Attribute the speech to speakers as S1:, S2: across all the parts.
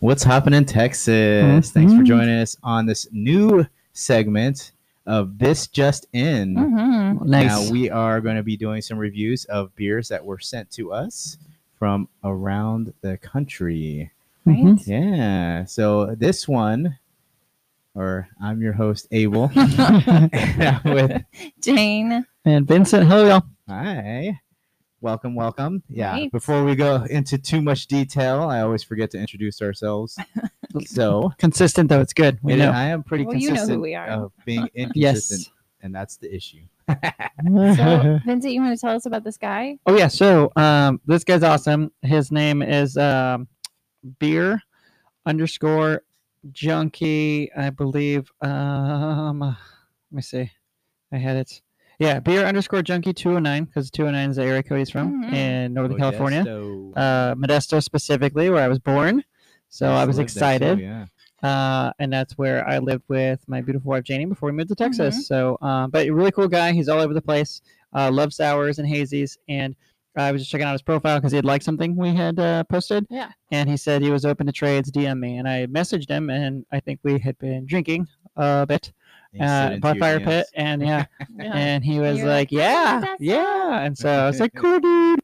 S1: what's happening, Texas? Thanks
S2: Mm-hmm.
S1: for joining us on this new segment of This Just In.
S2: Mm-hmm.
S1: Now, we are going to be doing some reviews of beers that were sent to us from around the country.
S2: Right?
S3: Mhm.
S1: Yeah. So this one, or I'm your host, Abel. with
S2: Jane.
S3: and Vincent, hello y'all.
S1: hi. Welcome, welcome. Yeah.
S2: Right.
S1: Before we go into too much detail, I always forget to introduce ourselves. So
S3: Consistent though, it's good. We
S1: it-
S3: know.
S1: I am pretty
S2: Well, you know who
S1: consistent
S2: we are.
S1: of being inconsistent,
S3: Yes. Uh-huh.
S1: and that's the issue. Oh.
S2: So, Vincent, you want to tell us about this guy?
S3: Oh yeah, so um, this guy's awesome. His name is um, Beer underscore Junkie, I believe. Um, let me see. I had it. Yeah, Beer underscore Junkie two hundred nine because two hundred nine is the area code he's from
S1: Mm-hmm.
S2: Mhm.
S3: in
S1: Oh,
S3: Northern California,
S1: Modesto.
S3: uh, Modesto specifically, where I was born. So
S1: Yes,
S3: I was
S1: lived there too,
S3: excited.
S1: yeah.
S3: uh, and that's where I lived with my beautiful wife Janie before we moved to Texas. So, um, but a really cool guy. He's all over the place. Uh, loves sours and hazies. And I was just checking out his profile because he had liked something we had uh, posted.
S2: Yeah.
S3: And he said he was open to trades. DM me, and I messaged him, and I think we had been drinking a bit
S1: And you slid
S3: uh,
S1: into
S3: by
S1: your
S3: fire
S1: DMs.
S3: pit, and yeah, and he was
S2: Uh, You're
S3: like,
S2: like, "Oh,
S3: "Yeah,
S2: that's
S3: yeah," and so I was like, "Cool, dude."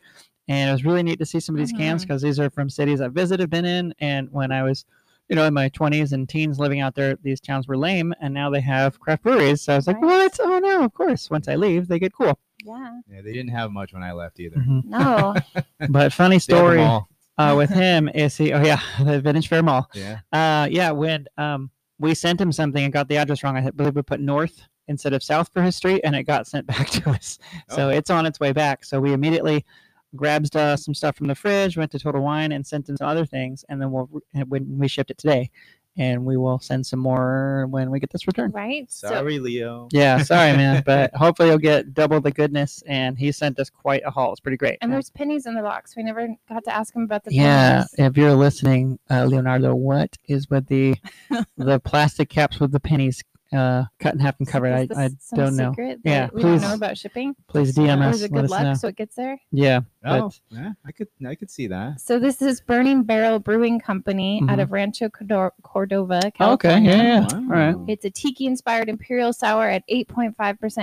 S3: And it was really neat to see some of these cans
S2: Mhm.
S3: because these are from cities I've visited, been in, and when I was, you know, in my twenties and teens living out there, these towns were lame, and now they have craft breweries. So I was like,
S2: Nice.
S3: "What? Oh no! Of course, once I leave, they get cool."
S2: Yeah.
S1: Yeah, they didn't have much when I left either.
S3: Mhm.
S2: No.
S3: But funny
S1: Mm-hmm. They had them
S3: story
S1: all,
S3: uh, with him is he? Oh yeah, the Vintage Fair Mall.
S1: Yeah.
S3: Uh, yeah, when um we sent him something and got the address wrong, I believe we put north instead of south for his street, and it got sent back to us.
S1: Oh.
S3: So it's on its way back. So we immediately grabbed uh, some stuff from the fridge, went to Total Wine, and sent him some other things, and then we'll and when we shipped it today, and we will send some more when we get this return.
S2: right?
S1: Sorry, Leo.
S3: Yeah, sorry, man, but hopefully you'll get double the goodness. And he sent us quite a haul. It's pretty great.
S2: and there's pennies in the box. We never got to ask him about the
S3: Yeah,
S2: pennies.
S3: if you're listening, uh, Leonardo, what is with the the plastic caps with the pennies uh, cut in half and covered? I,
S2: Is this
S3: I
S2: some
S3: don't know.
S2: secret
S3: Yeah,
S2: that we don't
S3: please
S2: know about shipping.
S3: Please
S2: Or
S3: DM
S2: is
S3: us.
S2: it
S3: let
S2: good
S3: us
S2: luck
S3: know.
S2: so it gets there?
S3: Yeah,
S1: Oh,
S3: but-
S1: yeah, I could, I could see that.
S2: So this is Burning Barrel Brewing Company out
S3: Mhm.
S2: of Rancho Cordor- Cordova, California.
S3: Oh, okay, yeah, yeah. All right.
S1: Wow.
S2: It's a tiki-inspired imperial sour at 8.5%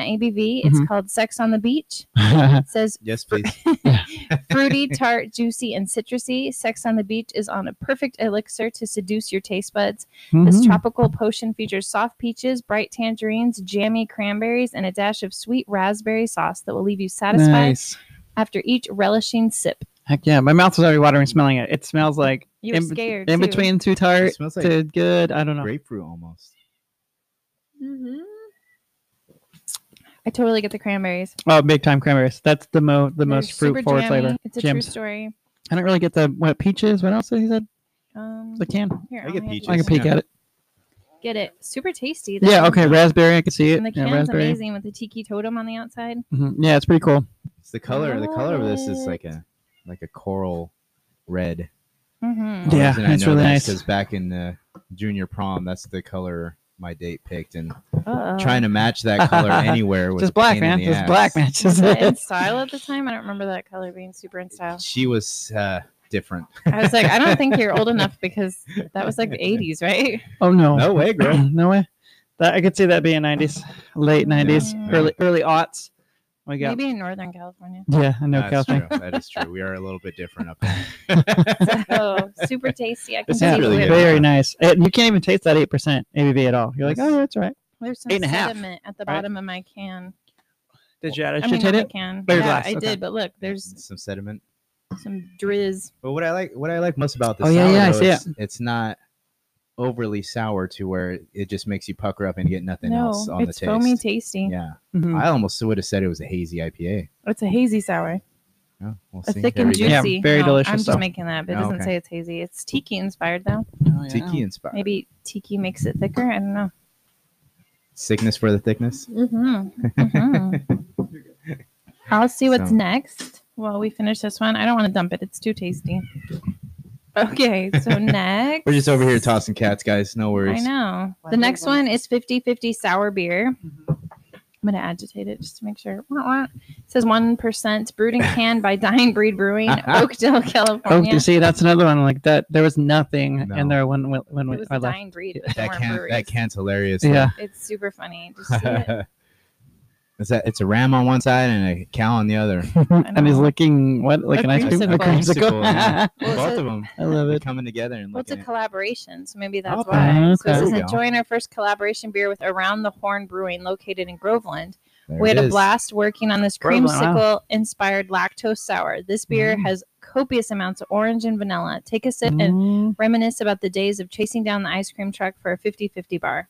S2: ABV. It's
S3: Mhm.
S2: called Sex on the Beach. It says
S1: Yes, please.
S2: fruity, tart, juicy, and citrusy. Sex on the Beach is on a perfect elixir to seduce your taste buds. This
S3: Mhm.
S2: tropical potion features soft peaches, bright tangerines, jammy cranberries, and a dash of sweet raspberry sauce that will leave you satisfied
S3: nice.
S2: after each relishing sip.
S3: Heck yeah, my mouth is already watering smelling it. It smells like
S2: You were
S3: in, be-
S2: scared.
S3: in
S2: too.
S3: between too
S1: It
S3: tart
S1: smells like
S3: to good. I don't know.
S1: grapefruit almost.
S2: Mhm. I totally get the cranberries.
S3: Oh, big time cranberries. That's the mo the
S2: They're
S3: most fruit
S2: super
S3: forward
S2: jammy.
S3: flavor.
S2: It's a
S3: Gems.
S2: true story.
S3: I don't really get the what peaches. What else did he said?
S2: Um,
S3: The can.
S2: here,
S1: I
S2: I'll
S1: get
S2: hand you
S1: peaches.
S3: I can
S2: some.
S3: peek
S1: Yeah.
S3: at it.
S2: Get it. Super tasty. though.
S3: Yeah. Okay. Raspberry. I can see it.
S2: And the
S3: yeah,
S2: can's
S3: raspberry.
S2: amazing with the tiki totem on the outside.
S3: Mhm. Yeah, it's pretty cool.
S1: It's the color. The color of this is like
S2: Love
S1: a like a coral red.
S2: Mm-hmm.
S3: Yeah, it's really nice.
S1: Because back in the junior prom, that's the color my date picked, and trying to match that color anywhere was
S3: Just
S1: a
S3: black,
S1: pain in
S3: man.
S1: the
S3: Just
S1: ass.
S3: black, man. Just
S2: Was it in style at the time? I don't remember that color being super in style.
S1: She was uh, different.
S2: I was like, I don't think you're old enough because that was like the 80s, right?
S3: Oh no.
S1: No way, girl.
S3: no way. That I could see that being nineties, late nineties,
S2: Yeah.
S3: early early aughts. We got
S2: Maybe in Northern California.
S3: yeah, I know
S1: that's
S3: California.
S1: true. That is true. We are a little bit different up there.
S2: So Oh, super tasty. I can
S1: This
S2: see
S1: is
S3: Yeah,
S1: really
S2: where
S1: good.
S3: very nice. And you can't even taste that eight percent ABV at all. You're like,
S1: That's-
S3: oh, that's all right.
S2: there's some
S3: Eight and a half,
S2: sediment at the
S3: right?
S2: bottom of my can.
S3: Did you add
S2: I
S3: a
S2: mean,
S3: shit hit
S2: not my
S3: it?
S2: can.
S3: Or your
S2: yeah,
S3: glass,
S2: I
S3: okay.
S2: did, but look, there's
S1: some sediment.
S2: some drizz.
S1: But what I like, what I like most about this,
S3: Oh, yeah, yeah, I
S1: sourdough,
S3: see
S1: it's, it's not overly sour to where it- it just makes you pucker up and get nothing
S2: no,
S1: else on
S2: it's
S1: the taste.
S2: foamy tasty.
S1: Yeah,
S3: Mhm.
S1: I almost would have said it was a hazy IPA.
S2: It's a hazy sour.
S1: Yeah, we'll
S2: A
S1: see.
S2: thick
S1: There
S2: and
S1: we go.
S2: juicy.
S3: Yeah, very delicious,
S2: I'm just
S3: though.
S2: making that, but it
S1: Oh,
S2: doesn't
S1: okay.
S2: say it's hazy. It's tiki inspired though.
S1: Tiki inspired.
S2: Maybe tiki makes it thicker. I don't know.
S1: Sickness for the thickness.
S2: Mm-hmm. I'll see what's
S1: So-
S2: next while we finish this one. I don't want to dump it. It's too tasty. Okay, so next.
S1: We're just over here tossing cats, guys. No
S2: I
S1: worries.
S2: know.
S3: Why
S2: The
S3: do you
S2: next
S3: want-
S2: one is 50 50 sour beer. I'm going to agitate it just to make sure. Wah, wah. It says one percent brewed and canned by Dying Breed Brewing, Oakdale,
S3: Oh,
S2: California.
S3: you see, that's another one like that. There was nothing
S1: No.
S3: in there when we- when
S2: it
S3: we
S2: was
S3: I
S2: the
S3: left.
S2: Dying Breed. but there
S1: That
S2: weren't
S1: can that
S2: breweries.
S1: can's hilarious. though.
S3: Yeah,
S2: It's super funny. Just see it.
S1: it's a it's a ram on one side and a cow on the other.
S3: and he's
S2: know.
S3: looking what like "Oh."
S2: A
S3: an ice cream
S2: creamsicle.
S3: a creamsicle.
S1: Creamsicle, yeah.
S2: Well,
S1: Both
S2: so-
S1: of them
S3: I love it.
S1: coming together and
S2: Well, it's
S1: looking.
S2: a
S1: at-
S2: collaboration, so maybe that's
S1: Okay.
S2: why. So
S3: Okay.
S2: this is
S1: There we go.
S2: enjoying our first collaboration beer with Around the Horn Brewing, located in Groveland.
S1: There
S2: we
S1: it
S2: had a
S1: is.
S2: blast working on this
S3: Groveland,
S2: creamsicle-inspired lactose sour. This beer
S3: Mm.
S2: has copious amounts of orange and vanilla. Take a sip and
S3: Mm,
S2: reminisce about the days of chasing down the ice cream truck for a 50-50 bar.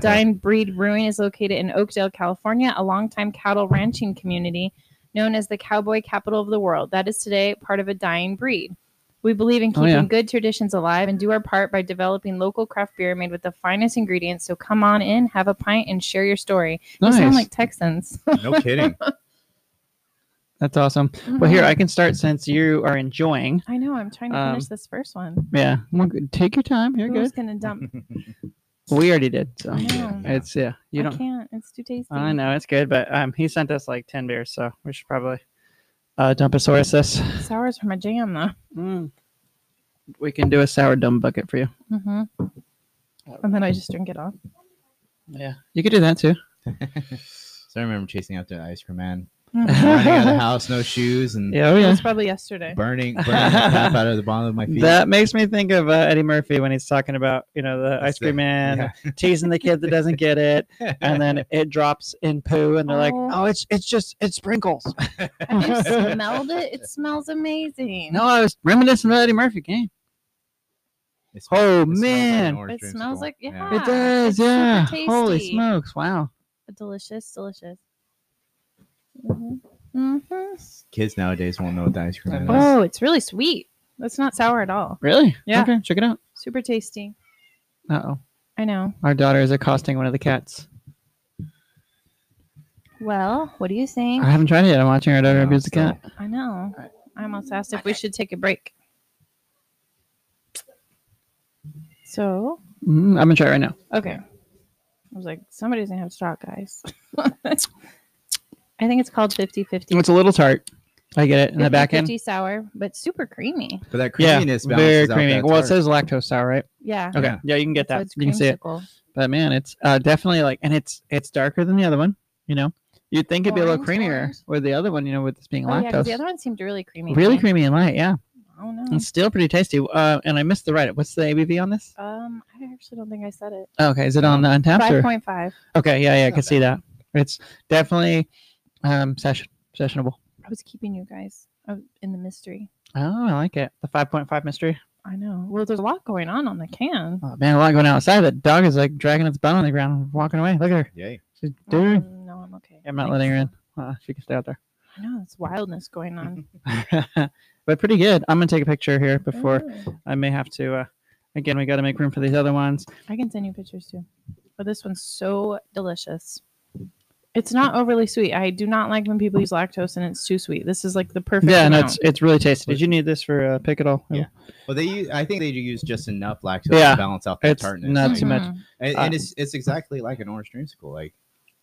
S2: Dine Breed Brewing is located in Oakdale, California, a longtime cattle ranching community known as the cowboy capital of the world. That is today part of a dying breed. We believe in
S3: Oh,
S2: keeping
S3: yeah.
S2: good traditions alive and do our part by developing local craft beer made with the finest ingredients. So come on in, have a pint, and share your story. You sound
S3: nice.
S2: like Texans.
S1: no kidding.
S3: that's awesome. Well, here I can start since you are enjoying.
S2: I know. I'm trying to
S3: um,
S2: finish this first one.
S3: Yeah, well, good. take your time. You're
S2: Who's
S3: good.
S2: gonna dump?
S3: We already did. So
S2: I know.
S3: it's yeah. You
S2: I
S3: don't.
S2: can't. It's too tasty.
S3: I know it's good, but um, he sent us like ten beers, so we should probably uh dump a source this.
S2: Sour's for my jam though.
S3: Mm. We can do a sour dumb bucket for you.
S2: hmm And then I just drink it off.
S3: Yeah, you could do that too.
S1: so I remember chasing after the ice cream man,
S2: Mhm.
S1: running out of the house, no shoes, and
S3: Yeah, oh
S2: It
S3: yeah.
S2: was probably yesterday.
S1: burning burning the crap out of the bottom of my feet.
S3: That makes me think of uh, Eddie Murphy when he's talking about you know the ice
S1: the-
S3: cream man teasing the kid that doesn't get it, and then it drops in poo, and they're like,
S2: Oh.
S3: "Oh, it's it's just it's sprinkles."
S2: Have you smelled it? It smells amazing.
S3: No, I was reminiscing of Eddie Murphy game.
S1: It
S3: Oh,
S1: it like an
S3: man.
S1: orange
S2: It smells
S1: dreamsicle.
S2: like- yeah.
S3: It does,
S2: Ah, it's super
S3: yeah. Holy
S2: tasty.
S3: smokes! Wow.
S2: Delicious, delicious. hmm hmm
S1: Kids nowadays won't know what the ice cream man is.
S2: Oh, it's really sweet. That's not sour at all.
S3: Really?
S2: Yeah.
S3: Okay, check it out.
S2: Super tasty.
S3: Uh oh,
S2: I know.
S3: our daughter is accosting one of the cats.
S2: Well, what do you think?
S3: I haven't tried it yet. I'm watching our daughter
S1: Yeah,
S3: abuse the
S1: so-
S3: cat.
S2: I know. I almost asked if we should take a break. So,
S3: Mm, I'm gonna try it right now.
S2: okay. I was like, somebody's gonna have to talk, guys. I think it's called 50 50.
S3: It's a little tart. I get it in the back end.
S2: 50 sour, but super creamy.
S1: But that
S3: Yeah,
S1: creaminess
S3: very
S1: balances out
S3: creamy.
S1: that
S3: Well, it
S1: tart.
S3: says lactose sour, right?
S2: Yeah.
S3: Okay, yeah,
S1: Yeah.
S3: you can get
S2: So
S3: that.
S2: it's
S3: You can see it.
S2: creamsicle.
S3: But man, it's uh, definitely like, and it's it's darker than the other one. You know, you'd think it'd be a little
S2: Orange,
S3: creamier
S2: orange.
S3: with the other one. You know, with this being
S2: Oh, yeah, 'cause
S3: lactose,
S2: the other one seemed really creamy. Hmm. to
S3: really
S2: me.
S3: creamy and light. Yeah,
S2: I don't know.
S3: it's still pretty tasty. Uh, and I missed the write. What's the ABV on this?
S2: Um, I actually don't think I said it.
S3: Oh, okay, is it on the untapped?
S2: um, Five
S3: Or?
S2: point five.
S3: Okay, yeah, yeah, I
S1: Not
S3: can see that. It's definitely um session sessionable.
S2: I was keeping you guys uh, in the mystery.
S3: Oh, I like it. The five point five mystery.
S2: I know. Well, there's a lot going on on the can.
S3: Oh man, a lot going outside. That dog is like dragging its bone on the ground, walking away. Look at her.
S1: Yay.
S3: She's doing.
S2: Mm, no, I'm okay.
S3: I'm not
S2: Thanks.
S3: letting her in. Uh, she can stay out there.
S2: I know. It's wildness going on.
S3: but pretty good. I'm gonna take a picture here before
S2: Mm.
S3: I may have to. Uh, again, we got to make room for these other ones.
S2: I can send you pictures too. But this one's so delicious. It's not overly sweet. I do not like when people use lactose and it's too sweet. This is like the perfect.
S3: yeah, and
S2: amount.
S3: it's it's really tasty. Did you need this for uh, pick it all?
S1: Yeah. Well, they use, I think they use just enough lactose
S3: Yeah,
S1: to balance out the
S3: it's
S1: tartness.
S3: not too much.
S2: Mhm.
S1: And,
S3: Uh,
S1: and it's it's exactly like an orange dreamsicle. Like,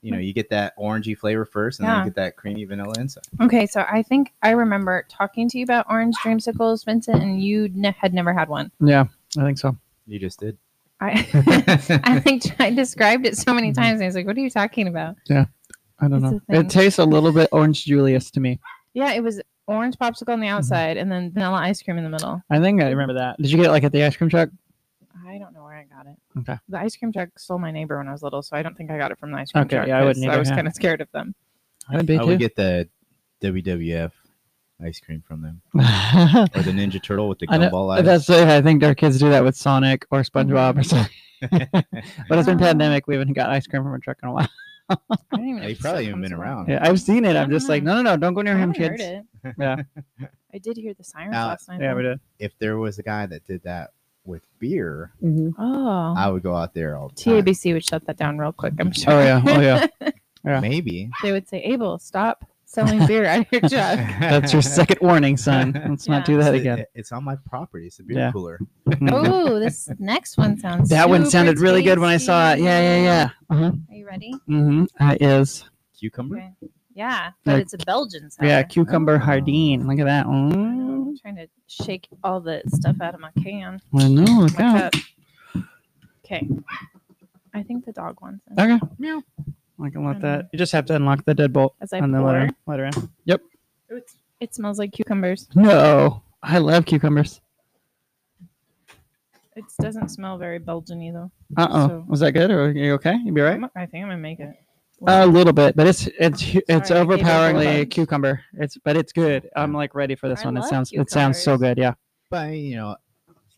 S1: you know, you get that orangey flavor first, and
S2: Yeah.
S1: then you get that creamy vanilla inside.
S2: Okay, so I think I remember talking to you about orange dreamsicles, Vincent, and you ne- had never had one.
S3: Yeah, I think so.
S1: You just did.
S2: I I think I described it so many
S3: Mhm.
S2: times. I was like, "What are you talking about?"
S3: I don't
S2: It's
S3: know.
S2: a thing.
S3: It tastes a little bit orange Julius to me.
S2: Yeah, it was orange popsicle
S3: Mm-hmm.
S2: on the outside and then vanilla ice cream in the middle.
S3: I think I remember that. Did you get it like at the ice cream truck?
S2: I don't know where I got it.
S3: Okay.
S2: The ice cream truck stole my neighbor when I was little, so I don't think I got it from the ice cream
S3: Okay,
S2: truck.
S3: yeah, I
S2: 'cause
S3: wouldn't
S2: I
S3: either,
S2: was
S3: yeah.
S2: kind of scared of them.
S3: I would be
S1: I
S3: too.
S1: would get the WWF ice cream from them, or the Ninja Turtle with the
S3: I know-
S1: gumball eyes.
S3: That's uh, I think our kids do that with Sonic or SpongeBob or something. but it's been
S2: Oh.
S3: pandemic. We haven't got ice cream from a truck in a while.
S2: I don't even. know
S1: They
S2: if it
S1: probably
S2: still
S1: haven't been
S2: comes
S1: around.
S3: Yeah, I've seen it. I'm
S2: I
S3: just
S2: don't
S3: like, no, no, no, don't go
S2: Uh-huh. I
S3: near him,
S2: haven't heard
S3: kids.
S2: it.
S3: Yeah,
S2: I did hear the sirens
S1: Now-
S2: last night.
S3: yeah,
S2: though.
S3: we did.
S1: If there was a guy that did that with beer,
S2: Oh,
S1: I would uh, go out there all the time.
S2: TABC would shut that down real quick. I'm sure.
S3: Oh yeah, oh yeah. yeah.
S1: Maybe
S2: They would say, "Abel, stop selling beer out of your truck."
S3: That's your second warning, son. Let's not do
S2: Yeah.
S3: that
S1: It's-
S3: again.
S1: It's on my property. It's a beer
S3: Yeah.
S1: cooler.
S3: Mhm.
S2: Oh, this next one sounds.
S3: that one
S2: super
S3: sounded really good when I saw it.
S2: tasty.
S3: Yeah, yeah, yeah. Uh-huh.
S2: Are you ready?
S3: Mm-hmm. That is.
S1: Cucumber.
S2: Okay. Yeah, but
S3: Like,
S2: it's a Belgian sour.
S3: Yeah, cucumber
S1: Oh.
S3: hardine. Look at that. Mm.
S2: I'm trying to shake all the stuff out of my can.
S3: Oh, I know. Look
S2: Like
S3: out.
S2: that. Okay. I think the dog wants it.
S3: Okay. Meow. I can let that. You just have to unlock the deadbolt
S2: As I
S3: and then
S2: pour,
S3: let her, let her in.
S2: it smells like cucumbers.
S3: No, I love cucumbers.
S2: It doesn't smell very Belgian-y though.
S3: Uh oh.
S2: So-
S3: Was that good? Or are you okay? You be right? Oh.
S2: I'm- I think I'm gonna make it.
S3: A little bit, but it's it's hu- it's
S2: Sorry, I gave everyone a
S3: overpoweringly
S2: bunch.
S3: cucumber. It's but it's good. I'm like ready for this
S2: I
S3: one. It
S2: love
S3: sounds it sounds so
S2: cucumbers.
S3: good. Yeah.
S1: But you know,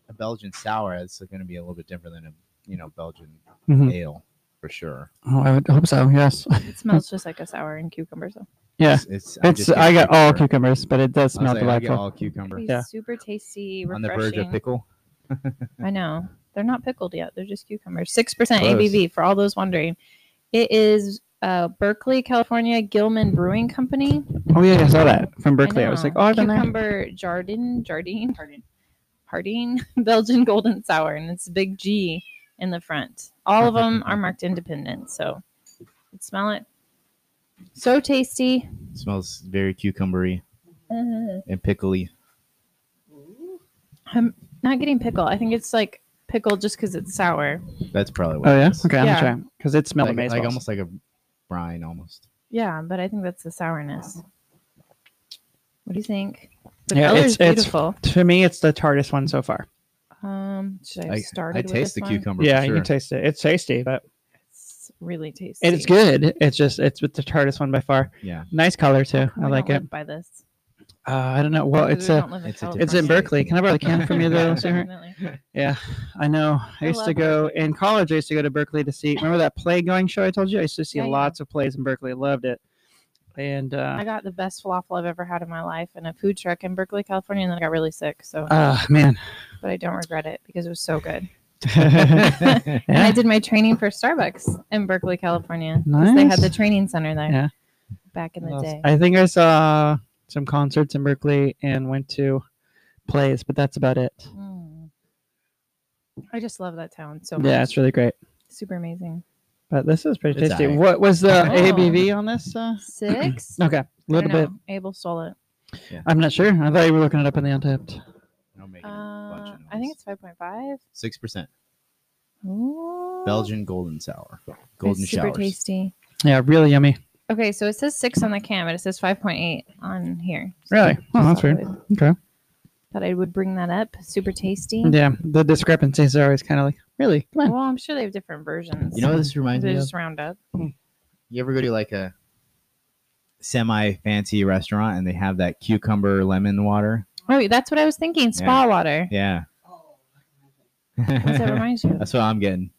S1: a Belgian sour is going to be a little bit different than a you know Belgian
S3: Mhm.
S1: ale for sure.
S3: Oh, I would hope so. Yes.
S2: it smells just like a sour and cucumbers. Though.
S3: Yeah.
S1: It's, it's, I'm
S3: It's
S1: just getting
S3: I got all
S1: cucumber.
S3: cucumbers, but it does
S1: I
S3: smell
S1: was like, I get
S3: delightful.
S1: all cucumber
S2: It'd be
S3: Yeah.
S2: super tasty,
S1: on
S2: refreshing.
S1: the verge of pickle.
S2: I know. They're not pickled yet. They're just cucumbers. 6%
S1: Close.
S2: ABV for all those wondering. It is uh, Berkeley, California, Gilman Brewing Company.
S3: Oh yeah, I saw that from
S2: I
S3: Berkeley. I, was
S2: know.
S3: like, oh, I've been there.
S2: Cucumber Jardin, Jardine, Jardine, Harding, Belgian Golden Sour, and it's a big G in the front. All of them are marked independent. So you can smell it. So tasty.
S1: smells very cucumbery
S2: Uh,
S1: and pickly.
S2: I'm not getting pickle. I think it's like pickle just because it's sour.
S1: That's probably what.
S3: Oh
S1: it
S3: yeah.
S1: is.
S3: Okay, I'm
S2: Yeah.
S3: gonna try because it smells
S1: Like,
S3: amazing.
S1: like almost like a brine, almost.
S2: Yeah, but I think that's the sourness. What do you think? The
S3: Yeah,
S2: color's
S3: it's- it's-
S2: beautiful.
S3: to me, it's the tartest one so far.
S2: Um, should I have
S1: I,
S2: started
S1: I
S2: with
S1: taste
S2: this
S1: the
S2: one?
S1: cucumber.
S3: yeah,
S1: for
S3: you
S1: sure.
S3: can taste it. It's tasty, but
S2: It's really tasty.
S3: and it's good. It's just it's the tartest one by far.
S1: Yeah,
S3: Nice color too. I like it.
S2: By this,
S3: Uh, I don't know. Well,
S2: 'cause
S3: it's
S2: we
S3: a
S2: don't live
S1: it's a
S2: California.
S3: it's in
S1: Berkeley.
S3: Berkeley. Can I
S2: Oh,
S3: borrow the can from you though? Sarah?
S2: Definitely.
S3: Yeah, I know. I
S2: I
S3: used to
S2: love
S3: go in college. I used to go to Berkeley to see. Remember that play going show I told you? I used to see
S2: Yeah, yeah.
S3: lots of plays in Berkeley. Loved it. And
S2: I
S3: uh,
S2: got the best falafel I've ever had in my life in a food truck in Berkeley, California, and then I got really sick. So,
S3: ah man,
S2: but I don't regret it because it was so good.
S3: yeah.
S2: And I did my training for Starbucks in Berkeley, California. 'cause They had
S3: Nice.
S2: the training center there
S3: Yeah.
S2: back in the
S3: What else?
S2: day.
S3: I think I saw some concerts in Berkeley and went to plays, but that's about it.
S2: Mm. I just love that town so much.
S3: Yeah, it's really great.
S2: super amazing.
S3: But this is pretty
S1: It's
S3: tasty.
S1: aight.
S3: What was the
S2: Oh.
S3: ABV on this? Uh,
S2: Six?
S3: okay, a
S2: I
S3: little
S2: don't
S3: bit.
S2: know. Abel stole it.
S3: I'm not sure. I thought you were looking it up in the untapped.
S1: I'm making a bunch
S2: Uh,
S1: of
S2: I think it's 5.5.
S1: six percent
S2: Ooh.
S1: Belgian golden sour,
S2: It's
S1: golden
S2: super
S1: showers.
S2: tasty.
S3: Yeah, really yummy.
S2: Okay, so it says six on the can, but it says 5.8 on here. So
S3: Really? Oh, that's
S2: thought I
S3: weird.
S2: would-
S3: Okay.
S2: Thought I would bring that up. Super tasty.
S3: Yeah, the discrepancies are always kind of like, really? Come on.
S2: Well, I'm sure they have different versions.
S1: You know what this reminds
S2: they
S1: me of?
S2: just round up.
S1: You ever go to like a semi fancy restaurant and they have that cucumber lemon water?
S2: Oh, that's what I was thinking. Spa water.
S1: Yeah.
S2: What's that reminds you? of?
S1: That's what I'm getting.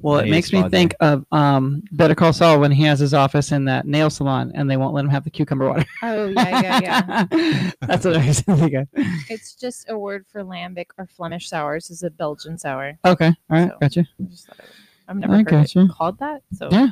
S3: Well, it
S1: Hey,
S3: makes me
S1: Spotty.
S3: think of um, Better Call Saul when he has his office in that nail salon and they won't let him have the cucumber water.
S2: Oh, yeah, yeah, yeah.
S3: That's what I was thinking.
S2: It's just a word for lambic or Flemish sours. Is a Belgian sour.
S3: Okay. All right.
S2: So-
S3: Gotcha.
S2: I just thought I would- I've never
S3: I
S2: heard
S3: gotcha.
S2: it called that, so
S3: Yeah.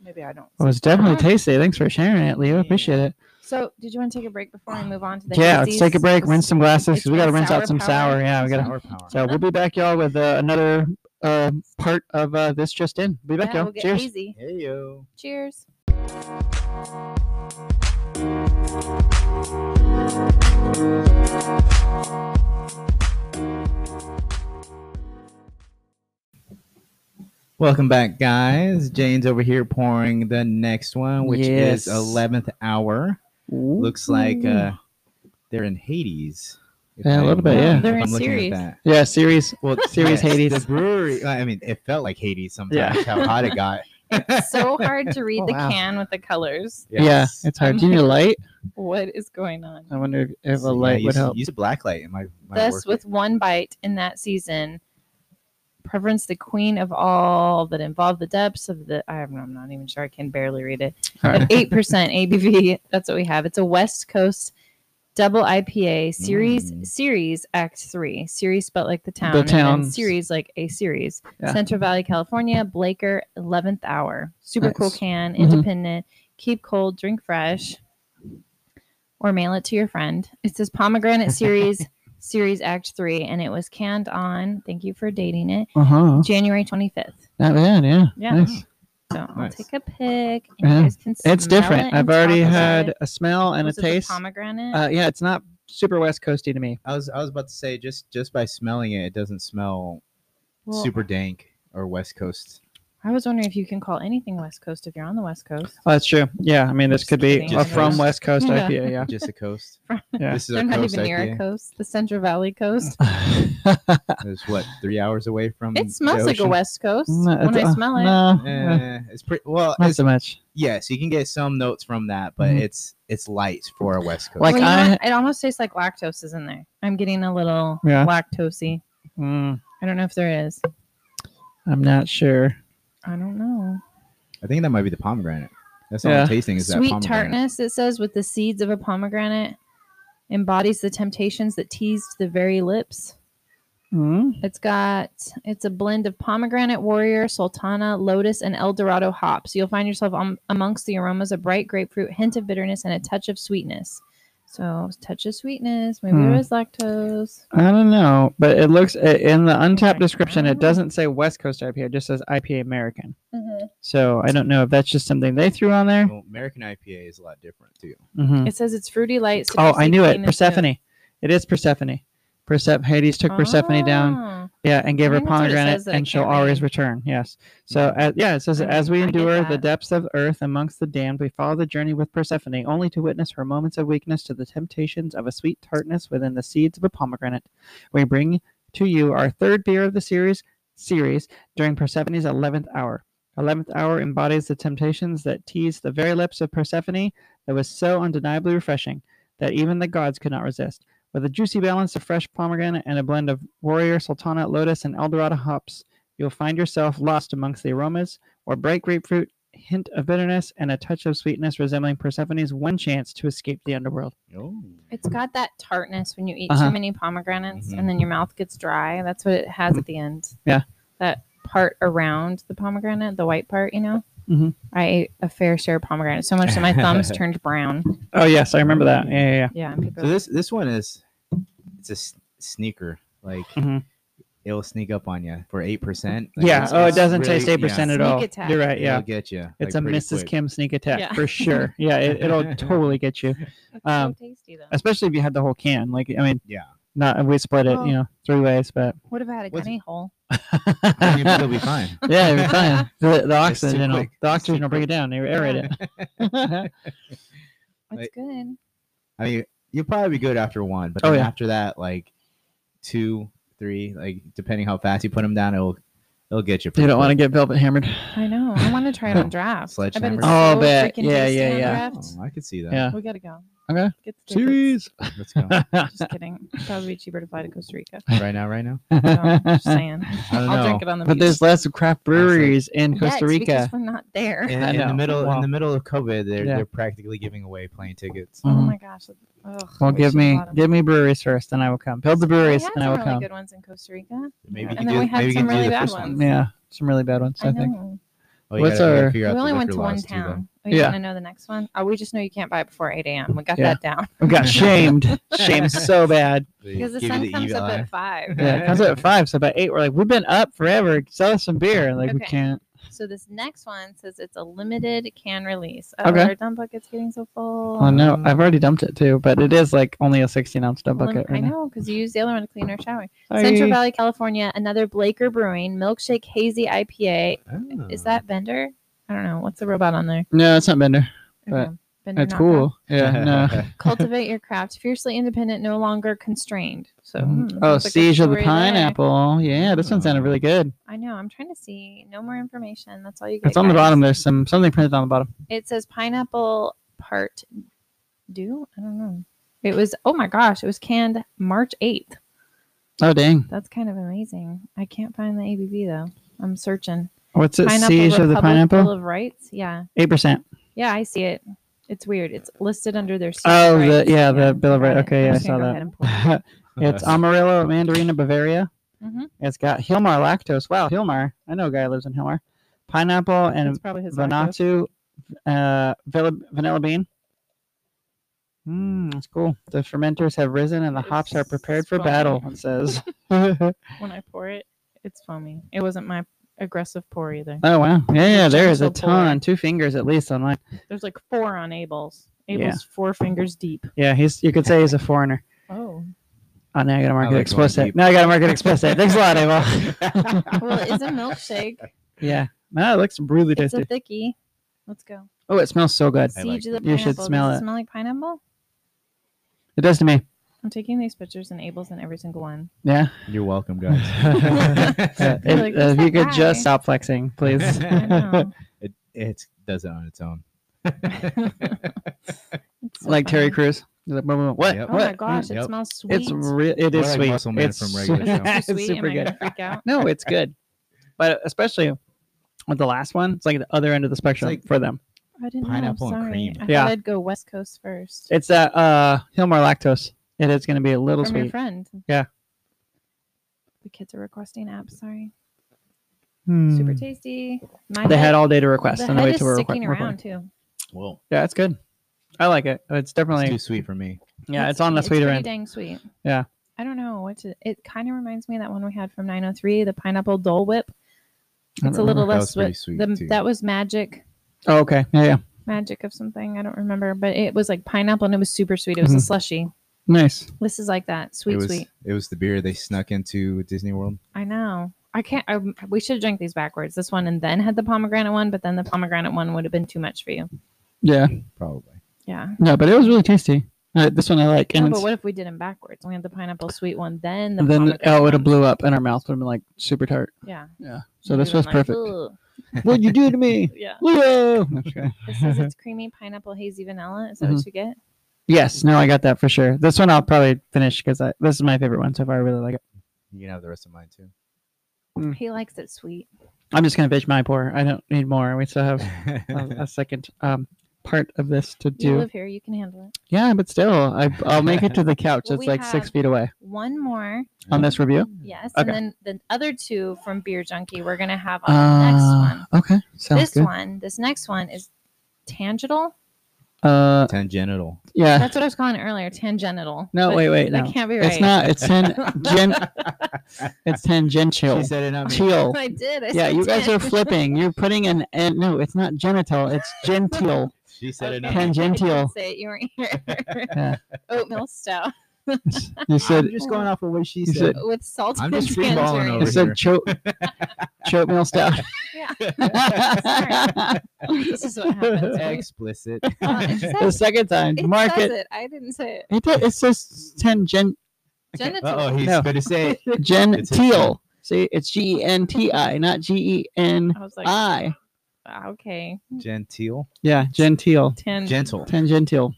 S2: maybe I don't.
S3: It was definitely
S2: Ah.
S3: tasty. Thanks for sharing it, Leo. Appreciate it.
S2: So, did you want to take a break before we move on to the?
S3: Yeah. Let's take a
S2: hazies?
S3: break, rinse some glasses
S2: It's
S3: because we got to
S2: been
S3: rinse out
S2: sour
S3: some
S2: power.
S3: sour. Yeah. We got to.
S1: Sour power.
S3: So we'll be back, y'all, with uh, another uh, part of uh, this just in. We'll be back,
S2: Yeah,
S3: y'all.
S2: we'll get
S3: Cheers.
S2: hazy.
S1: Hey yo.
S2: Cheers.
S1: Welcome back, guys. Jane's over here pouring the next one, which
S3: Yes.
S1: is 11th hour. Looks like uh, they're in Hades. if
S3: Yeah, a
S1: I
S3: little
S1: am-
S3: bit, yeah.
S2: They're
S1: if
S2: in
S1: I'm looking at
S2: series.
S1: that.
S3: Yeah. Series. Well, series
S1: Yes,
S3: Hades.
S1: The brewery. I mean, it felt like Hades sometimes,
S3: Yeah.
S1: how hot it got.
S2: So hard to read
S3: Oh,
S2: the
S3: wow.
S2: can with the colors.
S1: Yes.
S3: Yeah. It's hard. Do you need a light?
S2: What is going on?
S3: I wonder if, if a
S1: So, yeah,
S3: light
S1: use,
S3: would help.
S1: Use a black light. It might, might
S2: Thus,
S1: work.
S2: with one bite in that season, preference the queen of all that involved the depths of the. I'm I'm not even sure. I can barely read it.
S3: All right.
S2: At 8% ABV, that's what we have. It's a West Coast double IPA series,
S1: Mm.
S2: series Act 3, series spelled like the town.
S3: The
S2: and then
S3: town.
S2: series like a series.
S3: Yeah.
S2: Central Valley, California, Blaker, 11th hour. Super cool
S3: Nice.
S2: can,
S3: Mhm.
S2: independent, keep cold, drink fresh, or mail it to your friend. It says Pomegranate Series, series Act 3, and it was canned on, thank you for dating it,
S3: Uh huh.
S2: January 25th.
S3: Not bad. Yeah.
S2: Yeah.
S3: Nice.
S2: So I'll
S1: Nice.
S2: take a pic. And
S3: Yeah.
S2: you guys can
S3: It's
S2: smell
S3: different.
S2: it
S3: I've
S2: and
S3: already
S2: talk about
S3: had
S2: it.
S3: a smell and a
S2: Was it the
S3: taste.
S2: pomegranate.
S3: Uh, yeah, it's not super West Coasty to me.
S1: I was I was about to say just just by smelling it, it doesn't smell
S2: Well,
S1: super dank or West Coast.
S2: I was wondering if you can call anything West Coast if you're on the West Coast.
S3: Oh, that's true. Yeah, I mean, this could be
S2: Just
S3: a
S1: kidding.
S3: from
S1: Just-
S3: West Coast
S2: Yeah.
S3: IPA. Yeah.
S1: Just a coast.
S3: Yeah.
S1: This is
S2: They're
S1: a
S2: not
S1: coast
S2: even near a
S1: IPA.
S2: coast. The Central Valley Coast.
S3: Mm,
S1: It's what three hours away from.
S2: It smells
S1: the
S2: like a
S1: ocean?
S2: West Coast
S3: Mm,
S2: when I smell it.
S3: No, eh,
S1: Eh, it's pretty well.
S3: uh, not
S1: It's,
S3: so much.
S1: yeah, so you can get some notes from that, but
S3: Mhm.
S1: it's it's light for a West Coast.
S3: Like
S2: Well, you know
S3: I-
S2: what? it almost tastes like lactose is in there. I'm getting a little
S3: Yeah.
S2: lactosey.
S3: Mm,
S2: I don't know if there is.
S3: I'm not sure.
S2: I don't know.
S1: I think that might be the pomegranate. That's all
S3: Yeah.
S1: I'm tasting is that
S2: Sweet
S1: pomegranate.
S2: tartness, it says, with the seeds of a pomegranate, embodies the temptations that teased the very lips.
S3: Mm,
S2: It's got it's a blend of pomegranate, warrior, sultana, lotus, and El Dorado hops. You'll find yourself um, amongst the aromas of bright grapefruit, hint of bitterness, and a touch of sweetness. So, touch of sweetness. Maybe
S3: Hmm.
S2: it was lactose.
S3: I don't know, but it looks i- in the untapped
S2: Okay.
S3: description. It
S2: Oh.
S3: doesn't say West Coast IPA. It just says IPA American.
S2: Mm-hmm.
S3: So I don't know if that's just something they threw on there.
S1: Well, American IPA is a lot different too.
S3: Mhm.
S2: It says it's fruity light.
S3: Oh, I
S2: citrusy,
S3: knew it.
S2: clean, and smooth.
S3: Persephone. It is Persephone. Perse- Hades took Persephone down,
S2: Ah.
S3: yeah, and gave
S2: I
S3: her
S2: think that's what it
S3: pomegranate,
S2: says that I
S3: and she'll
S2: can't Mm. read.
S3: always return. Yes. So, as, yeah, it says,
S2: I-
S3: as we
S2: I get
S3: endure the
S2: that.
S3: depths of earth amongst the damned, we follow the journey with Persephone, only to witness her moments of weakness to the temptations of a sweet tartness within the seeds of a pomegranate. We bring to you our third beer of the series, series during Persephone's 11th hour. 11th hour embodies the temptations that teased the very lips of Persephone that was so undeniably refreshing that even the gods could not resist. With a juicy balance of fresh pomegranate and a blend of warrior, sultana, lotus, and Eldorado hops, you'll find yourself lost amongst the aromas or bright grapefruit, hint of bitterness, and a touch of sweetness resembling Persephone's one chance to escape the underworld.
S1: Oh.
S2: It's got that tartness when you eat
S3: Uh-huh.
S2: too many pomegranates
S1: Mhm.
S2: and then your mouth gets dry. That's what it has at the end.
S3: Yeah.
S2: That part around the pomegranate, the white part, you know?
S3: Mhm.
S2: I ate a fair share of pomegranate, so much that my thumbs turned brown.
S3: Oh, yes, I remember that. Yeah, yeah, yeah.
S2: Yeah. And people
S1: So this this one is it's a s- sneaker like
S3: Mhm.
S1: it'll sneak up on you for eight percent.
S3: yeah. Oh, it doesn't taste 8% at
S2: Sneak
S3: all.
S2: attack.
S3: You're right. Yeah.
S1: It'll get you.
S3: It's a Mrs. Kim sneak attack
S2: Yeah.
S3: for sure. Yeah, it, it'll totally get you,
S2: it's
S3: um,
S2: so tasty, though.
S3: especially if you had the whole can. Like, I mean,
S1: Yeah.
S3: not we split it, you know, three ways, but
S2: What if I had a
S1: what's-
S2: guinea hole?
S1: It'll be fine.
S3: yeah, it'll be fine. The, the
S1: It's too
S3: oxygen, will,
S1: quick.
S3: the
S1: It's too
S3: oxygen will bring it down. They aerate it.
S2: It's
S1: Like-
S2: good.
S1: I mean, you'll probably be good after one, but
S3: Oh,
S1: then
S3: yeah.
S1: after that, like two, three, like depending how fast you put them down, it'll it'll get you.
S3: you don't want to get velvet hammered.
S2: I know. I want to try it on draft. I bet
S1: Sledgehammer.
S2: it's
S3: Oh,
S2: so
S3: bet.
S2: freaking
S3: Yeah,
S2: tasty
S3: yeah,
S2: on
S3: yeah.
S2: draft.
S1: Oh, I could see that.
S3: Yeah.
S2: We got to go.
S3: Okay.
S2: Get the tickets.
S3: Series.
S1: Let's go
S2: Just kidding. That would be cheaper to fly to Costa Rica.
S1: right now. Right now.
S2: So, just saying.
S1: I don't
S2: I'll drink
S1: know.
S2: it on the
S3: But
S2: beach.
S3: there's less craft breweries in
S2: Yeah,
S3: Costa
S2: it's
S3: Rica.
S2: because we're not there.
S1: In,
S3: I
S1: in
S3: know.
S1: the middle,
S3: Wow.
S1: in the middle of COVID, they're
S3: Yeah.
S1: they're practically giving away plane tickets.
S2: Oh
S3: Mhm.
S2: my gosh. that- Ugh,
S3: Well,
S2: we
S3: give
S2: should've
S3: me
S2: bought 'em.
S3: give me breweries first, then I will come. Build the
S2: We
S3: breweries,
S2: had
S3: and I
S2: some
S3: will
S2: Oh, really
S3: come.
S2: good ones in Costa Rica.
S1: Maybe you
S2: And
S1: can
S2: then
S1: do,
S2: we had
S1: maybe you
S2: some
S1: can do
S2: really
S1: the
S2: bad
S1: first
S2: ones.
S1: one.
S3: Yeah, some really bad ones, I,
S2: I
S3: think.
S2: know.
S1: Oh, you
S3: What's
S1: gotta- you gotta
S3: our-
S1: figure
S2: We
S1: out the
S2: only went
S1: liquor
S2: to one
S1: laws, too, though.
S2: town. Oh, you
S3: Yeah.
S2: want to know the next one? Oh, we just know you can't buy before 8 a.m. We got
S3: Yeah.
S2: that down.
S3: We got shamed, shamed so bad.
S1: They
S2: Because the
S1: give you E
S2: sun comes
S1: evil
S2: up
S1: eye.
S2: at 5.
S3: Yeah, it comes out at five, so by eight we're like, we've been up forever. Sell us some beer. Like we
S2: Okay.
S3: can't.
S2: So this next one says it's a limited can release. Oh,
S3: Okay.
S2: Our dump bucket's getting so full.
S3: Oh no,
S1: Um,
S3: I've already dumped it too, but it is like only a 16 ounce dump
S2: Lim-
S3: bucket.
S2: I
S3: Right now.
S2: know, because you used the other one to clean our shower.
S3: Sorry.
S2: Central Valley, California, another Blaker Brewing Milkshake Hazy IPA.
S1: Oh.
S2: Is that Bender? I don't know. What's the robot on there?
S3: No, it's not Bender. But
S2: Okay. Bender
S3: It's
S2: not Rob.
S3: cool. Yeah, no.
S2: Cultivate your craft, fiercely independent, no longer constrained. So,
S3: Mm.
S2: hmm,
S3: oh,
S2: sounds like a
S3: Siege of the
S2: story there.
S3: Pineapple. Yeah, this one sounded
S1: Oh.
S3: really good.
S2: I know. I'm trying to see. No more information. That's all you get.
S3: It's on the
S2: guys.
S3: bottom. There's some something printed on the bottom.
S2: It says pineapple part due. I don't know. It was. Oh my gosh! It was canned March 8th.
S3: Oh dang!
S2: That's kind of amazing. I can't find the ABV though. I'm searching.
S3: What's it? Siege of the
S2: Republic, Bill
S3: Pineapple.
S2: of Rights. Yeah.
S3: Eight percent.
S2: Yeah, I see it. It's weird. It's listed under their. secret
S3: Oh, the
S2: rights.
S3: yeah, the Bill of
S2: got
S3: Rights.
S2: it.
S3: Okay,
S2: I'm
S3: yeah, I
S2: just
S3: saw
S2: gonna go ahead
S3: that.
S2: and pull it.
S3: it's Amarillo, Mandarina, Bavaria.
S2: Mhm.
S3: It's got Hilmar lactose. Wow, Hilmar. I know a guy who lives in Hilmar. Pineapple and
S2: That's probably his
S3: Vanatu,
S2: lactose.
S3: uh, vanilla, vanilla bean. Mmm, that's cool. The fermenters have risen and the hops are
S2: It's
S3: prepared for
S2: foamy.
S3: battle. It says. oh,
S2: When I pour it, it's foamy. It wasn't my aggressive pour either.
S3: Oh wow. Yeah, yeah, there is a
S2: Gentle boy.
S3: ton. Two fingers at least on mine.
S2: There's like four on Abel's.
S3: Yeah.
S2: Abel's four fingers deep.
S3: Yeah, he's you could say he's a foreigner.
S2: Oh.
S3: Oh now I gotta mark it
S1: like going
S3: explicit.
S1: deep.
S3: Now I gotta mark it explicit. Thanks a lot, Abel.
S2: Well, it's a milkshake.
S3: yeah. No, it looks really
S2: it's a
S3: tasty.
S2: thickie. Let's go.
S3: Oh, it smells so good.
S1: I like
S2: Siege of the
S3: it. You
S2: pineapple.
S3: should smell
S2: Does
S3: it.
S2: smell like pineapple?
S3: It does to me.
S2: I'm taking these pictures and Abel's in every single one.
S3: Yeah.
S1: You're welcome, guys.
S3: Uh, it-
S2: You're
S3: uh,
S2: like, "What's
S3: if you
S2: that
S3: could just
S2: guy?"
S3: stop flexing, please.
S2: I know.
S1: it it does it on its own.
S2: It's so
S3: like Terry
S2: funny.
S3: Crews. You're like, "Whoa, whoa, whoa, What?
S1: Yep.
S2: Oh
S3: what? Mm,
S2: my gosh, it
S1: Yep.
S2: smells sweet.
S3: It's real. It
S1: I
S3: is
S1: like
S3: sweet.
S1: Muscle Man
S3: it's
S1: from Regular Show.
S3: su-
S2: Is it too
S3: it's
S2: sweet?
S3: super
S2: Am I
S3: good.
S2: gonna freak out?
S3: No, it's good. But especially with the last one, it's like the other end of the spectrum
S1: like-
S3: for them.
S2: I didn't
S1: Pineapple
S2: know.
S1: and
S2: Sorry.
S1: cream.
S2: I
S3: Yeah.
S2: thought I'd go West Coast first.
S3: It's that uh Hillmore lactose. It is going to be a little
S2: From your
S3: sweet.
S2: friend.
S3: Yeah.
S2: The kids are requesting apps. Sorry.
S3: Hmm.
S2: Super tasty. My
S3: They
S2: head-
S3: had all day to request
S2: The
S3: and they
S2: head
S3: wait
S2: is
S3: to requ-
S2: sticking
S3: record.
S2: around too.
S1: Whoa,
S3: Yeah, it's good. I like it. It's
S1: it's
S3: definitely
S1: too sweet for me.
S3: yeah. It's, on the sweeter
S2: pretty
S3: end.
S2: Dang sweet.
S3: Yeah.
S2: I don't know what to. It kind of reminds me of that one we had from 903, the pineapple Dole Whip.
S3: I
S2: It's a
S3: don't
S2: little
S1: That
S2: less
S1: was pretty
S2: sweet.
S1: sweet
S2: The-
S1: too.
S2: that was magic,
S3: Oh, okay. Yeah, yeah.
S2: magic of something. I don't remember, but it was like pineapple and it was super sweet. It was
S3: Mhm.
S2: a slushy.
S3: Nice.
S2: This is like that, sweet,
S1: it was
S2: sweet.
S1: it was the beer they snuck into Disney World.
S2: I know. I can't. I, we should have drank these backwards. This one and then had the pomegranate one, but then the pomegranate one would have been too much for you.
S3: Yeah.
S1: Probably.
S2: Yeah.
S3: No, but it was really tasty. Uh, this one I like.
S2: No,
S3: And
S2: but
S3: it's,
S2: what if we did them backwards? We had the pineapple sweet one, then the
S3: then
S2: pomegranate
S3: oh, it would have
S2: one.
S3: blew up in our mouth. Would have been like super tart.
S2: Yeah.
S3: Yeah. So
S2: We'd
S3: this was
S2: have been like,
S3: perfect.
S2: "Ugh."
S3: What'd you do to me,
S2: Yeah.
S3: Leo? Okay.
S2: It says it's creamy pineapple hazy vanilla. Is that
S3: Mm-hmm.
S2: what you get?
S3: Yes, no, I got that for sure. This one I'll probably finish because this is my favorite one so far. I really like it.
S1: You can have the rest of mine too.
S2: He likes it sweet.
S3: I'm just gonna finish my pour. I don't need more. We still have a,
S1: I
S3: a second um part of this to
S2: You
S3: do.
S2: live here, you can handle it.
S3: Yeah, but still, I, I'll make it to the couch.
S2: Well,
S3: it's
S2: we
S3: like six
S2: have-
S3: feet away
S2: One more,
S3: on this review.
S2: yes,
S3: Okay.
S2: and then the other two from Beer Junkie we're gonna have on the next
S3: Uh,
S2: one.
S3: okay, sounds
S2: this
S3: good.
S2: one, this next one is tangential.
S3: Uh,
S1: tangential.
S3: yeah.
S2: That's what I was calling it earlier, tangential.
S3: Uh, no,
S2: But
S3: wait, wait,
S2: that
S3: no.
S2: can't be right.
S3: It's not. It's ten. gen, it's tangential.
S1: She said it on me.
S3: Teal.
S2: I did. I
S3: Yeah,
S2: said
S3: you guys are
S2: tan-
S3: flipping. You're putting an N. No, it's not genital. It's genteel.
S1: She said it
S2: Okay.
S1: on me.
S2: I
S3: Tangential.
S2: didn't say it, you weren't here.
S3: Yeah.
S2: Oatmeal stout
S3: You said
S1: I'm just going off of what she
S3: You
S1: said.
S3: said-
S2: with salt
S1: I'm
S2: and
S1: just freeballing
S2: tangerine.
S1: over
S3: It said choke, choke meal stout.
S2: Yeah.
S3: the
S2: This is what happens. when you
S1: Explicit.
S2: Uh, it says-
S3: second time,
S2: It
S3: mark
S2: says
S3: it.
S2: it. I didn't say it.
S3: It, do- it says tangent, Okay.
S2: Genital.
S1: Oh, he's
S3: No.
S1: gonna say it. It's his
S3: genteel. See, it's G E N T I, not G E N
S2: I was like,
S3: I.
S2: "Ah, okay.
S1: genteel,
S3: Yeah, genteel,
S2: Ten
S1: gentle.
S3: tangential.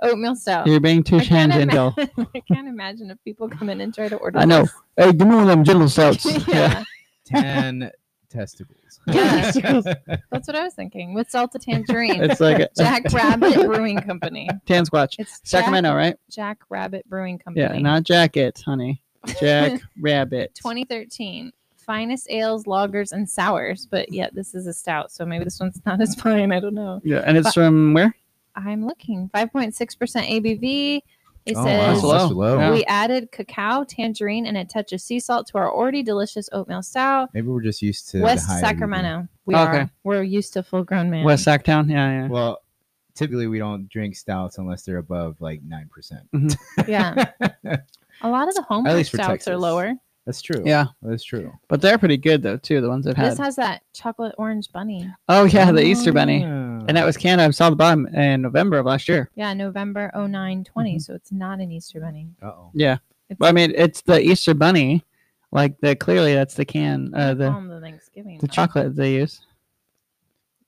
S2: oatmeal stout.
S3: You're being too
S2: Oh, I can't ima-
S3: tangential.
S2: I can't imagine if people come in and try to order.
S3: I know.
S2: this.
S3: Hey, give me one of them gentle stouts.
S2: yeah,
S1: Ten testicles.
S2: Yeah.
S1: Oh, Ten
S2: that's what I was thinking. With salted tangerine,
S3: It's like a,
S2: Jack Rabbit Brewing Company.
S3: tan squatch.
S2: It's Jack-
S3: Sacramento, right?
S2: Jack Rabbit Brewing Company.
S3: Yeah, not jacket, honey. Jack rabbit.
S2: 2013. Finest ales, lagers, and sours, but yet this is a stout, so maybe this one's not as fine. I don't know.
S3: Yeah, and it's from where?
S2: I'm looking. 5.6% ABV. It
S1: Oh, wow.
S2: says
S1: That's low.
S3: Yeah.
S2: We added cacao, tangerine, and a touch of sea salt to our already delicious oatmeal stout.
S1: Maybe we're just used to the
S2: West
S1: high ABV.
S2: Sacramento. We
S3: Okay.
S2: are. We're used to full grown man.
S3: West Sac Town. Yeah, yeah.
S1: Well, typically we don't drink stouts unless they're above like nine percent.
S2: Yeah. a lot of the home
S1: At least for
S2: stouts are
S1: Texas.
S2: lower.
S1: That's true.
S3: Yeah,
S1: that's true.
S3: but they're pretty good though too. The ones I've had.
S2: This has that chocolate orange bunny.
S3: oh yeah, the Easter Bunny,
S1: Oh.
S3: and that was Canada. I saw the bomb in November of last year.
S2: Yeah, November 09 20.
S3: Mhm.
S2: So it's not an Easter bunny.
S1: Uh-oh.
S3: Yeah,
S2: It's
S3: but I mean it's the Easter Bunny, like the clearly that's the can, uh,
S2: the,
S3: the
S2: the Thanksgiving.
S3: the
S2: one.
S3: chocolate they use.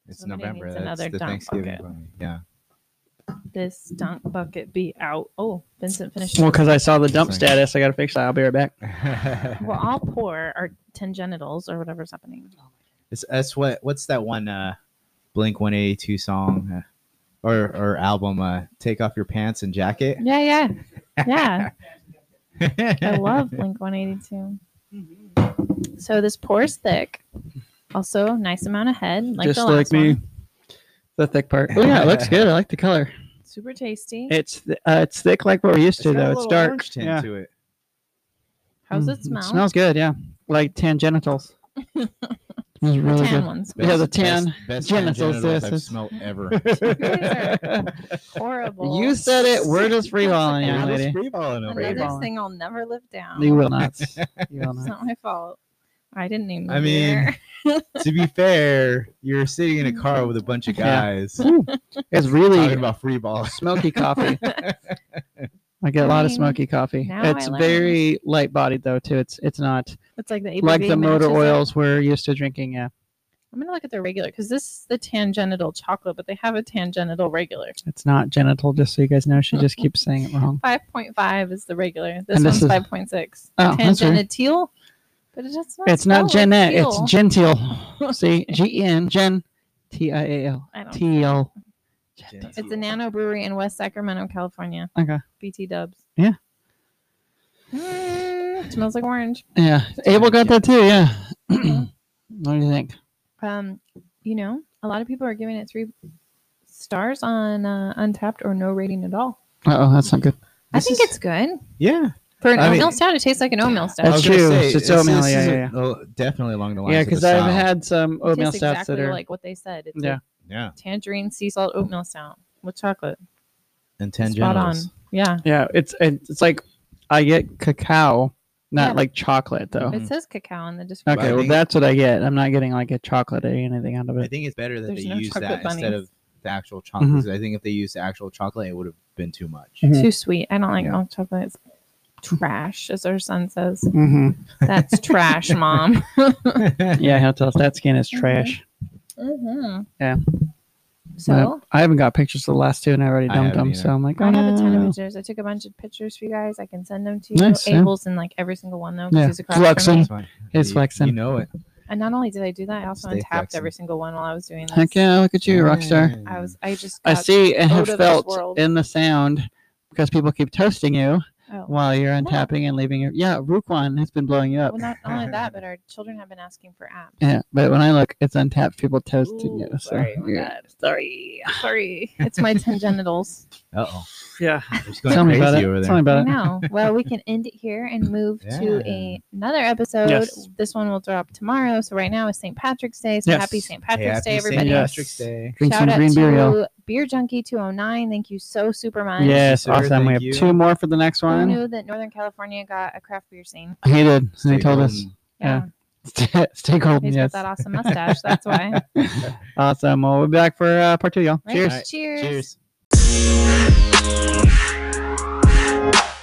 S1: It's
S2: Somebody
S1: November.
S2: needs
S1: That's
S2: another
S1: the
S2: dump
S1: Thanksgiving
S2: bucket.
S1: bunny. Yeah.
S2: This dunk bucket be out. Oh, Vincent finished.
S3: Well, because I saw the dump
S1: Sorry.
S3: status, I gotta fix that. I'll be right back.
S2: Well, I'll pour our tangenitals or whatever's happening.
S1: It's that's what what's that one uh Blink 182 song uh, or or album uh Take Off Your Pants and Jacket?
S2: Yeah, yeah. Yeah. I love Blink 182. So this pours thick. Also, nice amount of head, like
S3: Just
S2: the
S3: like
S2: last
S3: me,
S2: one.
S3: the thick part. Oh yeah, it looks good. I like the color.
S2: Super tasty.
S3: It's th- uh, it's thick like what we're used
S1: It's
S3: to
S1: got a
S3: though. It's
S1: little
S3: dark.
S1: orange tint
S3: Yeah.
S1: to it.
S2: How's it
S3: Mhm.
S2: smell?
S3: smells good. Yeah. like tan genitals. it's really
S2: Tan
S3: good.
S2: ones.
S3: Yeah, the tan
S1: best, best tan
S3: genitals,
S1: genitals
S3: yes,
S1: I've
S3: it's-
S1: smelled ever.
S2: Horrible.
S3: you said it. We're just freeballing,
S2: Yeah,
S3: young
S1: Just
S3: lady.
S1: freeballing over here.
S2: Another
S3: Freeballing.
S2: thing I'll never live down.
S3: You will not. You will
S2: It's
S3: not.
S2: not my fault. I didn't name.
S1: I mean, to be fair, you're sitting in a car with a bunch of
S3: Yeah.
S1: guys
S3: It's
S1: talking
S3: really
S1: about free ball.
S3: smoky coffee. I get a lot of
S2: mean,
S3: smoky coffee.
S2: now I
S3: It's
S2: like it.
S3: very light bodied though too. It's it's not
S2: it's like the ABV
S3: like the motor
S2: matches up.
S3: oils we're used to drinking. Yeah,
S2: I'm gonna look at their regular because this is the tangential chocolate, but they have a tangential regular.
S3: it's not genital. Just so you guys know, she just keeps saying it wrong.
S2: Five point five is the regular. This
S3: And this
S2: one's
S3: is-
S2: five point six.
S3: Oh, that's right.
S2: Tangential, but it's not.
S3: It's not
S2: spelled like
S3: Jeanette. It's
S2: teal.
S3: genteel. See, G E N Gen T I A L
S2: I don't.
S3: T E L.
S2: It's a nano brewery in West Sacramento, California.
S3: Okay.
S2: BT Dubs.
S3: Yeah.
S2: Mm, smells like orange.
S3: Yeah, Abel got that too. Yeah. what do you think?
S2: Um, you know, a lot of people are giving it three stars on uh, Untapped or no rating at all.
S3: Uh oh, that's not good.
S2: I
S1: This
S2: think
S1: is-
S2: it's good
S1: Yeah,
S2: for an
S1: I mean-
S2: oatmeal stout. It tastes like an oatmeal
S1: I
S2: stout.
S3: That's
S1: was gonna
S3: true.
S1: say,
S3: It's
S1: it's-
S3: oatmeal,
S1: this
S3: yeah,
S1: is
S3: yeah,
S1: a-
S3: yeah.
S1: oh, definitely along the lines.
S3: Yeah,
S1: of the
S3: because I've
S1: style.
S3: had some
S2: It tastes
S3: oatmeal stouts
S2: exactly
S3: that are
S2: like what they said. It's
S3: Yeah.
S2: a
S1: yeah,
S2: tangerine sea salt oatmeal stout with chocolate.
S1: and ten
S2: Spot
S1: genitals.
S2: on. Yeah.
S3: yeah. It's it's it's like I get cacao, not
S2: Yeah.
S3: like chocolate though.
S1: Mhm.
S2: It says cacao in the description.
S3: Mm-hmm. Okay,
S1: I
S3: well
S1: think-
S3: that's what I get. I'm not getting like a chocolate or anything out of
S1: I
S3: it.
S1: think it's better that
S2: There's
S1: they
S2: no
S1: use
S2: chocolate
S1: that instead
S2: bunnies.
S1: of the actual chocolate.
S3: Mm-hmm.
S1: 'cause I think if they used the actual chocolate, it would have been too much.
S3: Mhm.
S2: Too sweet. I don't like
S1: Yeah.
S2: milk chocolate. It's trash, as our son says.
S3: hmm
S2: That's trash, mom.
S3: Yeah, he'll tell us that skin
S2: Mm-hmm.
S3: is trash.
S2: hmm
S3: Yeah.
S2: So
S3: I haven't got pictures of the last two, and I already
S1: I
S3: dumped them.
S1: haven't
S3: So I'm like, oh,
S2: I have a ton of
S3: no.
S2: pictures. I took a bunch of pictures for you guys. I can send them to you.
S3: Nice, yeah.
S2: Abel's in like every single one though. 'cause
S3: Yeah.
S2: he's across
S3: Flexing.
S2: From me.
S1: It's fine.
S3: It's
S1: You-
S3: flexing.
S1: You know it.
S2: And not only did I do that, I also
S1: Stay
S2: untapped every
S1: flexing.
S2: single one while I was doing this.
S3: Heck yeah, look at you, rock star.
S2: I was. I just.
S3: I
S2: got-
S3: see and have
S2: out of this
S3: felt
S2: world.
S3: in the sound because people keep toasting you
S2: Oh.
S3: while you're untapping and leaving your. Yeah, Rookwan has been blowing you up.
S2: Well, not only that, but our children have been asking for apps.
S3: Yeah, but when I look, it's untapped. People toasting
S2: Ooh,
S3: you. So
S2: sorry, my
S3: yeah. sorry.
S2: Sorry, it's my tangentials.
S1: Uh oh.
S3: Yeah.
S1: She's going
S3: Tell me
S1: crazy
S3: about it.
S1: over
S3: Tell me
S1: there.
S2: I
S3: about it.
S2: know. Well, we can end it here and move to
S1: Yeah.
S2: a, another episode.
S3: Yes.
S2: This one will drop tomorrow. So right now is St. Patrick's Day. So
S3: Yes.
S2: happy St.
S1: Hey,
S2: Patrick's Day,
S1: happy St.
S2: everybody.
S3: Yes.
S1: Patrick's Day.
S3: Drink
S2: Shout
S3: some
S2: out
S3: green beer, y'all.
S2: to Beer Junkie 209. Thank you so super much.
S3: Yes,
S1: Sir,
S3: awesome. We
S1: thank
S3: have
S1: you.
S3: two more for the next
S2: Who
S3: one.
S2: knew that Northern California got a craft beer scene?
S3: He did. And he
S1: Stay
S3: told us.
S1: golden.
S2: Yeah.
S3: Stay- Stay golden.
S2: He's
S3: Yes.
S2: got that awesome mustache. That's why.
S3: Awesome. Well, we'll be back for uh, part two, y'all.
S2: Right?
S3: Cheers.
S1: Alright.
S2: Cheers.
S1: Cheers.